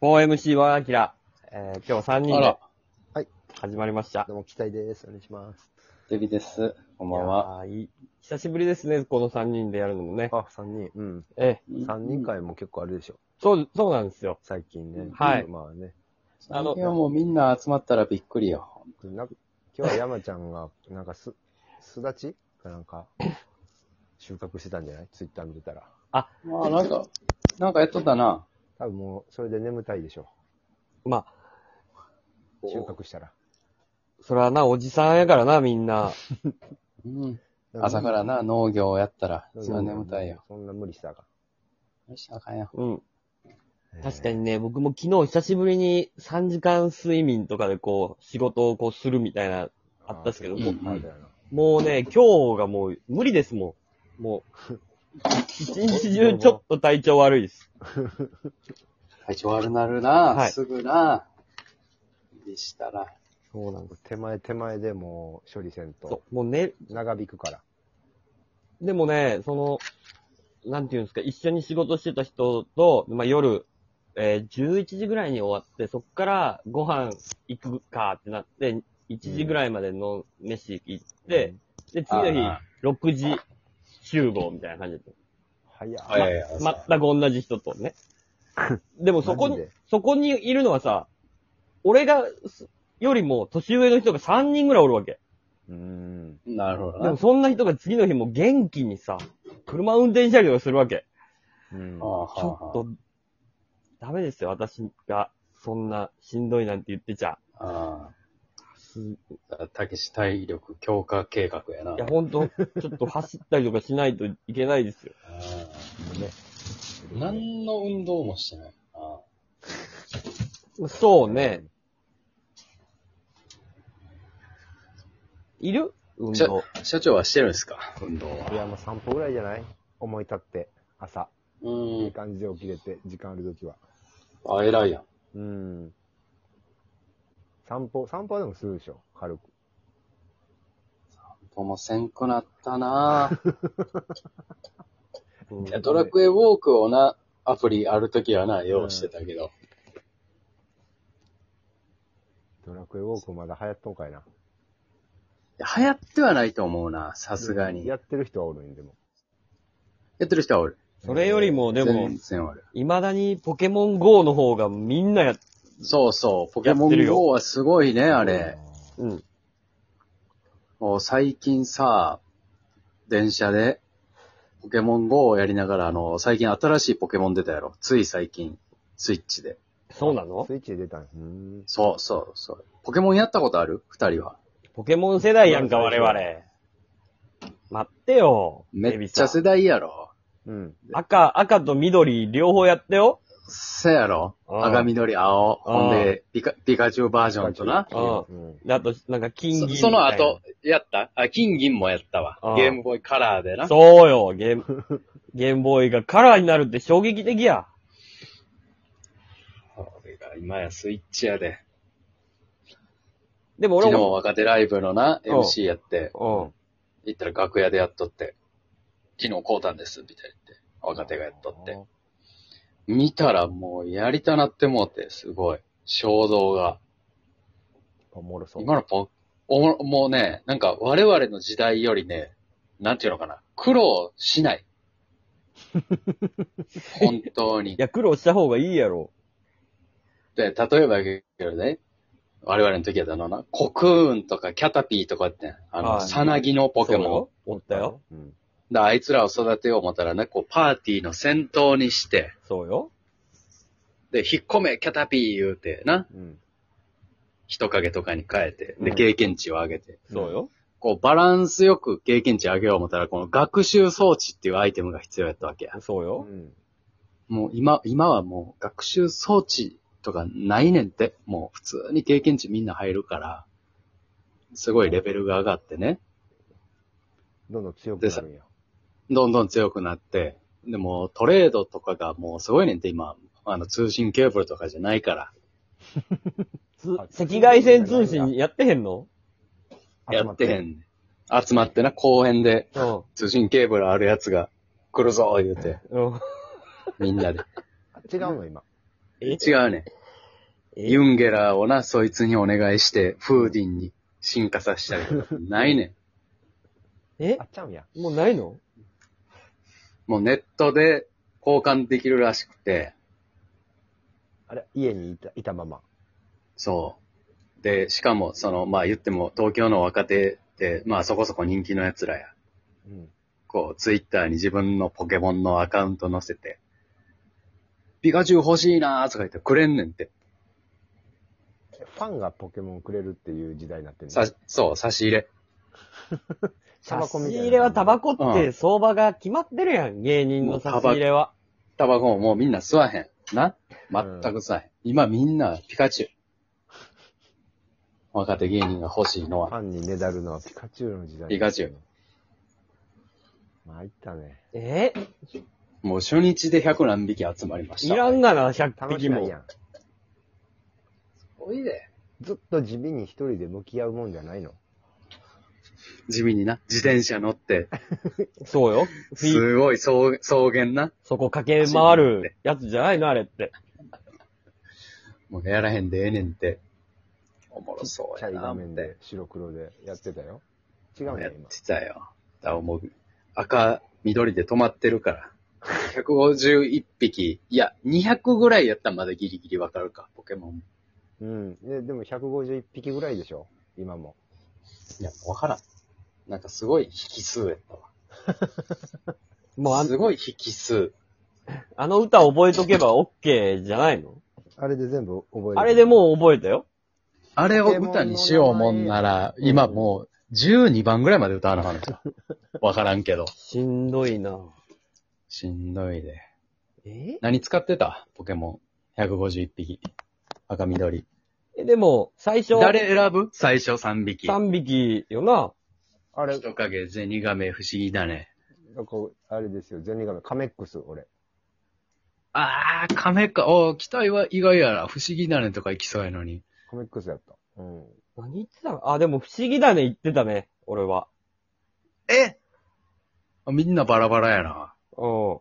4MC はアキラ。えー、今日3人あでら、始まりましたど。うも、期待です。お願いします。デビです。こんばんは。いやーいい久しぶりですね、この3人でやるのもね。あ、3人。うん。ええ、 3人会も結構あるでしょ。そう、そうなんですよ。最近ね。はいうんまあね。ああのの、今日もうみんな集まったらびっくりよ。なんか今日は山ちゃんが、なんかす、 すだちかなんか、収穫してたんじゃないツイッター見てたら。まあなんか、なんかやっとったな。多分もう、それで眠たいでしょ。まあ、収穫したら。そらな、おじさんやからな、みんな。うん。朝からな、農業をやったら、うん、一番眠たいよ。そんな無理したらあかよし、あかんよ。うん。ん確かにね、僕も昨日久しぶりに3時間睡眠とかでこう、仕事をこうするみたいな、あったっすけどあーうんハードやなもうね、今日がもう無理ですもん。も う、一日中ちょっと体調悪いです。体調悪なるな、はいすぐな。でしたら。そうなんです。手前手前でもう処理せんとそ。うもうね、長引くから。でもね、その、なんていうんですか、一緒に仕事してた人と、まあ、夜、えー11時ぐらいに終わって、そっからご飯行くかってなって、1時ぐらいまでの飯行って、で、次の日あ、 6時集合みたいな感じで。早い。はいやいや、全く同じ人と ね。でもそこマにジで、そこにいるのはさ、俺が、すよりも年上の人が3人ぐらいおるわけ。うん。なるほどでもな。そんな人が次の日も元気にさ、車運転したりとかするわけ。うんああはちあょっと、ダメですよ、私が、そんな、しんどいなんて言ってちゃ。あすいあ。たけし体力強化計画やな。や、ほんと、ちょっと走ったりとかしないといけないですよ。あねあ何の運動もしてない。あそうね。いる運あ社動。社長はしてるんですか運動は。いや、もう散歩ぐらいじゃない思い立って、朝。ういいん。感じで起きれて、時間あるときは。あ、偉いやん。うん。散歩、散歩はでもするでしょ軽く。ともせんくなった なぁ。うんいやドラクエウォークをな、アプリあるときはな、用意してたけど。ドラクエウォークまだ流行っとんかいな。いや流行ってはないと思うな、さすがに。ややってる人はおるんでも。ってる人はおる。それよりも、でも全、然おる。未だにポケモン GO の方がみんなや、そうそう、ポケモやってるンよ GO はすごいね、あれ。うん。もう最近さ、電車で、ポケモン GO をやりながら、あの、最近新しいポケモン出たやろ。つい最近、スイッチで。そうなのスイッチで出たんうん。そうそうそう。ポケモンやったことある二人は。ポケモン世代やんか、我々。待ってよ。めっちゃエビさ世ん代やろ。うん。赤、赤と緑両方やってよ。せやろうん赤緑青。ほんで、ピカ、ピカチュウバージョンとな。うんうん。あと、なんか金銀そみたいな。その後、やったあ、金銀もやったわうん。ゲームボーイカラーでな。そうよ、ゲーム、ゲームボーイがカラーになるって衝撃的や。これが今やスイッチやで。でも昨俺日も、若手ライブのな、うん MC やって、うん。行ったら楽屋でやっとって、昨日こうたんです、みたいな言って、若手がやっとって。見たらもうやりたなってもうて、すごい。衝動が。おもろそう。今のポおももうね、なんか我々の時代よりね、なんていうのかな、苦労し ない。本当にい。や、苦労した方がいいやろ。で、例えばやけどね、我々の時やったのな、コクーンとかキャタピーとかって、あの、はいさなぎのポケそうモよおったよ。うん。ン。で、あいつらを育てよう思ったらね、こう、パーティーの先頭にして、そうよ。で、引っ込め、キャタピー言うて、な、うん。人影とかに変えて、うで、ん経験値を上げて、そうよ。こう、バランスよく経験値上げよう思ったら、この学習装置っていうアイテムが必要やったわけや。そううよ。ん。もう今、今はもう学習装置とかないねんって、もう普通に経験値みんな入るから、すごいレベルが上がってね、どんどん強くなるんや。どんどん強くなって、でもトレードとかがもうすごいねんって今、あの通信ケーブルとかじゃないから、つあ赤外線通信やってへんのやってへん。んねん。集まってな、公園でうん。通信ケーブルあるやつが来るぞ、言うて、うん。みんなで。違うの今。え違うねん。ユンゲラーをな、そいつにお願いして、フーディンに進化させたりとか、ないねん。えあっちゃうんや。もうないのもうネットで交換できるらしくて、あれ、家にいた、いたまま。そう。で、しかも、その、まあ言っても、東京の若手って、まあそこそこ人気の奴らや。うん。こう、ツイッターに自分のポケモンのアカウント載せて、ピカチュウ欲しいなーとか言ってくれんねんって。ファンがポケモンくれるっていう時代になってるさ、そう、差し入れ。タバコみ差たいなし入れはタバコって相場が決まってるやん、芸人の差し入れは。タバコももうみんな吸わへん。な全く吸わへん。今みんなピカチュウ。若手芸人が欲しいのファは。ンにねだるのはピカチュウの時代。ピカチュウ。まあ、いったね。えもう初日で100何匹集まりましいた。らんがな、100楽匹しないもや。ん。おいで。ずっと地味に一人で向き合うもんじゃないの。地味にな。自転車乗って、そうよ。フィーすごい草草原な。そこ駆け回るやつじゃないの、あれって。もうやらへんでええねんって。おもろそうちゃやいな画思面ってで。白黒でやってたよ。違うやねっ、今。てたよ。だからもう、赤、緑で止まってる から。151匹。いや、200ぐらいやったらまだギリギリわかるか、ポケモン。うん。で、でも151匹ぐらいでしょ今も。いや、わからん。なんかすごい引数やったわ。もうあすごい引数。あの歌覚えとけば OK じゃないのあれで全部覚える。あれでもう覚えたよ。あれを歌にしようもんなら、ん今もう12番ぐらいまで歌わなあかんのか。 わからんけど。しんどいな。しんどいで。え何使ってたポケモン。151匹。赤緑。えでも、最初、誰選ぶ最初3匹。 3匹よな。あれ、人影、ゼニガメ、不思議だね。なんかあれですよ。ゼニガメ、カメックス、俺。あー、カメか。おー期待は意外やな。不思議だねとか行きそうやのに。カメックスやった。うん。何言ってたのあ、でも不思議だね言ってたね、俺は。えあみんなバラバラやな。うん。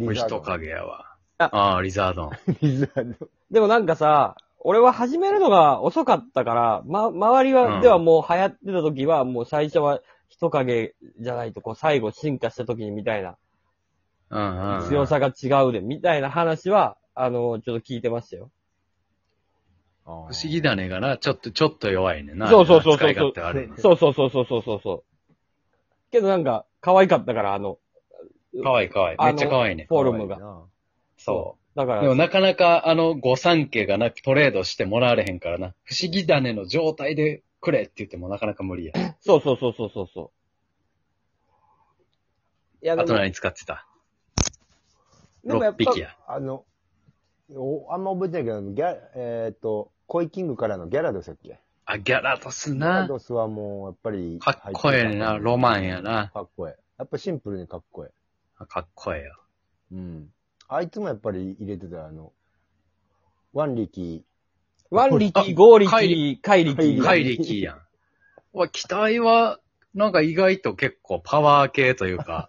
リザード人。影やわ。あああー、リザードン。リザード。でもなんかさ、俺は始めるのが遅かったから、ま、周りは、うんではもう流行ってた時は、もう最初は人影じゃないと、こう最後進化した時にみたいな、うんうん。強。さが違うで、みたいな話は、あの、ちょっと聞いてましたよ。不思不思議だねがな。ちょっと、ちょっと弱いねんな。そうそうそうそう使い勝手悪いね。そうそうそうそうそうそうそう。けどなんか、可愛かったから、あの、かわいいかわいい。めっちゃかわいいね。フォルムが。が。そう。だかでもら、なかなかあの御三家がなトレードしてもらわれへんからな。不思議種の状態でくれって言ってもなかなか無理や。そうそうそうそうそうそう。いや、あでとも、何使ってたでもや ?6 っぱ匹、や。あの、おあんま覚えてないけど、ギャえーっ、と、コイキングからのギャラドスやっけあ、ギャラドスギャラな。ドスはもう、やっぱりか入ってた、こええな。ロマンやな。かっこええ。やっぱシンプルにかっこえかっこええよ。え。うん。あいつもやっぱり入れてた、あの、ワンリキ、 1あ力、5力、怪怪力。カイリキーやん。うわ、期待は、なんか意外と結構パワー系というか、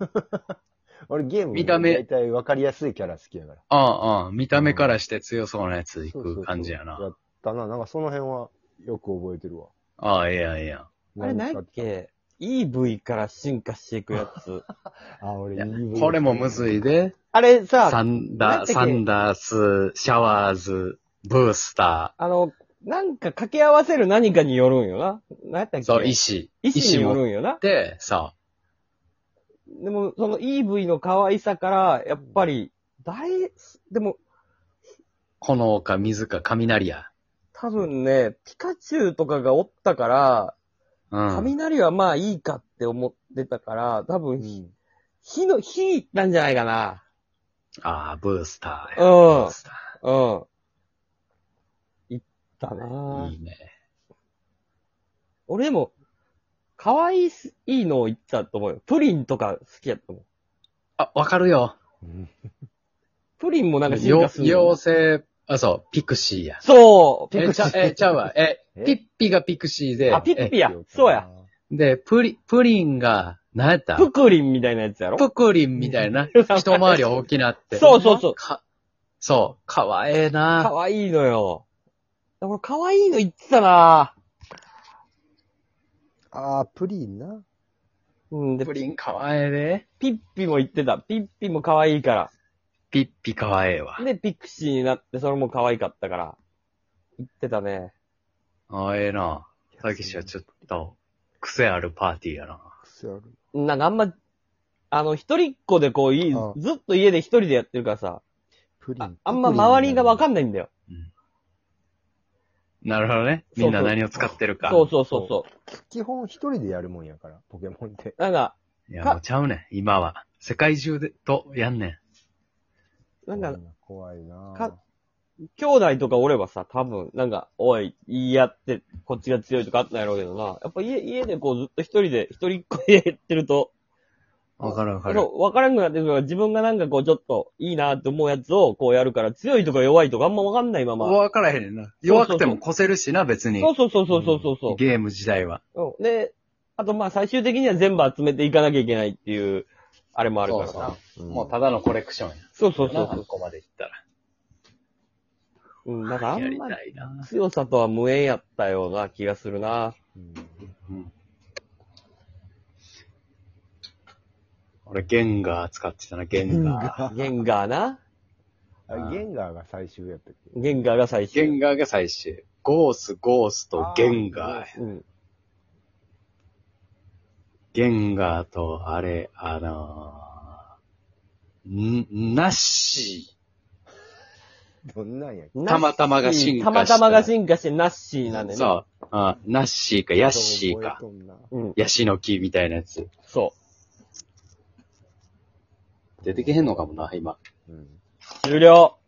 俺ゲーム、見た目大体わかりやすいキャラ好きやから。うんうん、見た目からして強そうなやついそうそうそくう感じやな。やったな。なんかその辺はよく覚えてるわ。ああ、ええやん、ええやん。あれ何使やっってけ ?EV から進化していくやつ。たあ、俺いやこれもむずい。で。あれサさ、なンんだダっー、けサンダース、シャワーズ、ブースタあの、なんか掛け合わせる何かによるんよな。何やったっけー。そう、石。石によ持っるんよな。て、さ、でも、その EV の可愛さから、やっぱり、大、でも、炎か水か雷や。多分ね、ピカチュウとかがおったから、うん。雷はまあいいかって思ってたから、多う分、ん。火の、火いったんじゃないかな。ああ、ブースターうや。ブんー。スタうん。いったなー。ぁいいね。俺でも、可愛いすいいのを言ってたと思うよ。プリンとか好きやったもん。あ、わかるよ。プリンもなんか進化よするの。妖精、あ、そう、ピクシーや。そうえ、ちゃ、え、ちゃうわ。ええ、ピッピがピクシーで、あピッピえやそうや。で、プリ、プリンが、なんやったプクリンみたいなやつやろプクリンみたいな、一回り大きなって。そうそうそう。か、そう、かわええな。可愛いのよ。俺、可愛いの言ってたなあー、プリンな。うん、で、プリンかわええで。ピッピも言ってた。ピッピも可愛いかピッピかわええわら。。で、ピクシーになって、それも可愛かったから。言ってたね。ああ、ええな。たけしはちょっと、癖あるパーティーやな。癖ある。なんかあんま、あの、一人っ子でこう、いいああ、ずっと家で一人でやってるからさ、プリあン。あんま周りがわんかんないんだよ。なるほどね。みんな何を使ってるか。そうそうそうそ基本一人でやるもんやから、ポケモンって。う。なんか、いや、もうちゃうねん。今は。世界中で、と、やんねん。なんか、怖いなか兄弟とかおればさ、多分、なんか、おい、言い合って、こっちが強いとかあったんやろうけどな。やっぱ家、家でこうずっと一人で、一人っ子でやってると、わかるわかるそ。う、わからんくなってくるから、自分がなんかこうちょっといいなって思うやつをこうやるから、強いとか弱いとかあんまわかんないまま。わからへんねんな。弱くても越せるしな、別にそ。うそうそうそうそうそう。ゲーム自体は。うん、で、あとまあ最終的には全部集めていかなきゃいけないっていう、あれもあるからそうそうさ。んただのコレクションや。そうそうそうそうこまでいったら。うん、なんかあやんりまたいな。強さとは無縁やったような気がする な。うんうん。俺、ゲンガー使ってたな、ゲンガー。ゲンガーな。あれゲンガーが最終やったっけゲンガーが最ゲ終。ンガーが最終。ゴース、ゴースとゲンガー。うん。ゲンガーと、あれ、あのー、ん、ナッシどんなんやっけたまたまが進化したたまたまが進化してナッシーー。なんでね。そう。あナッシーか、ヤッシーか覚。えとんなうん。ヤシの木みたいなやつ。そ出てけへんのかもな、今。うん。う。終了。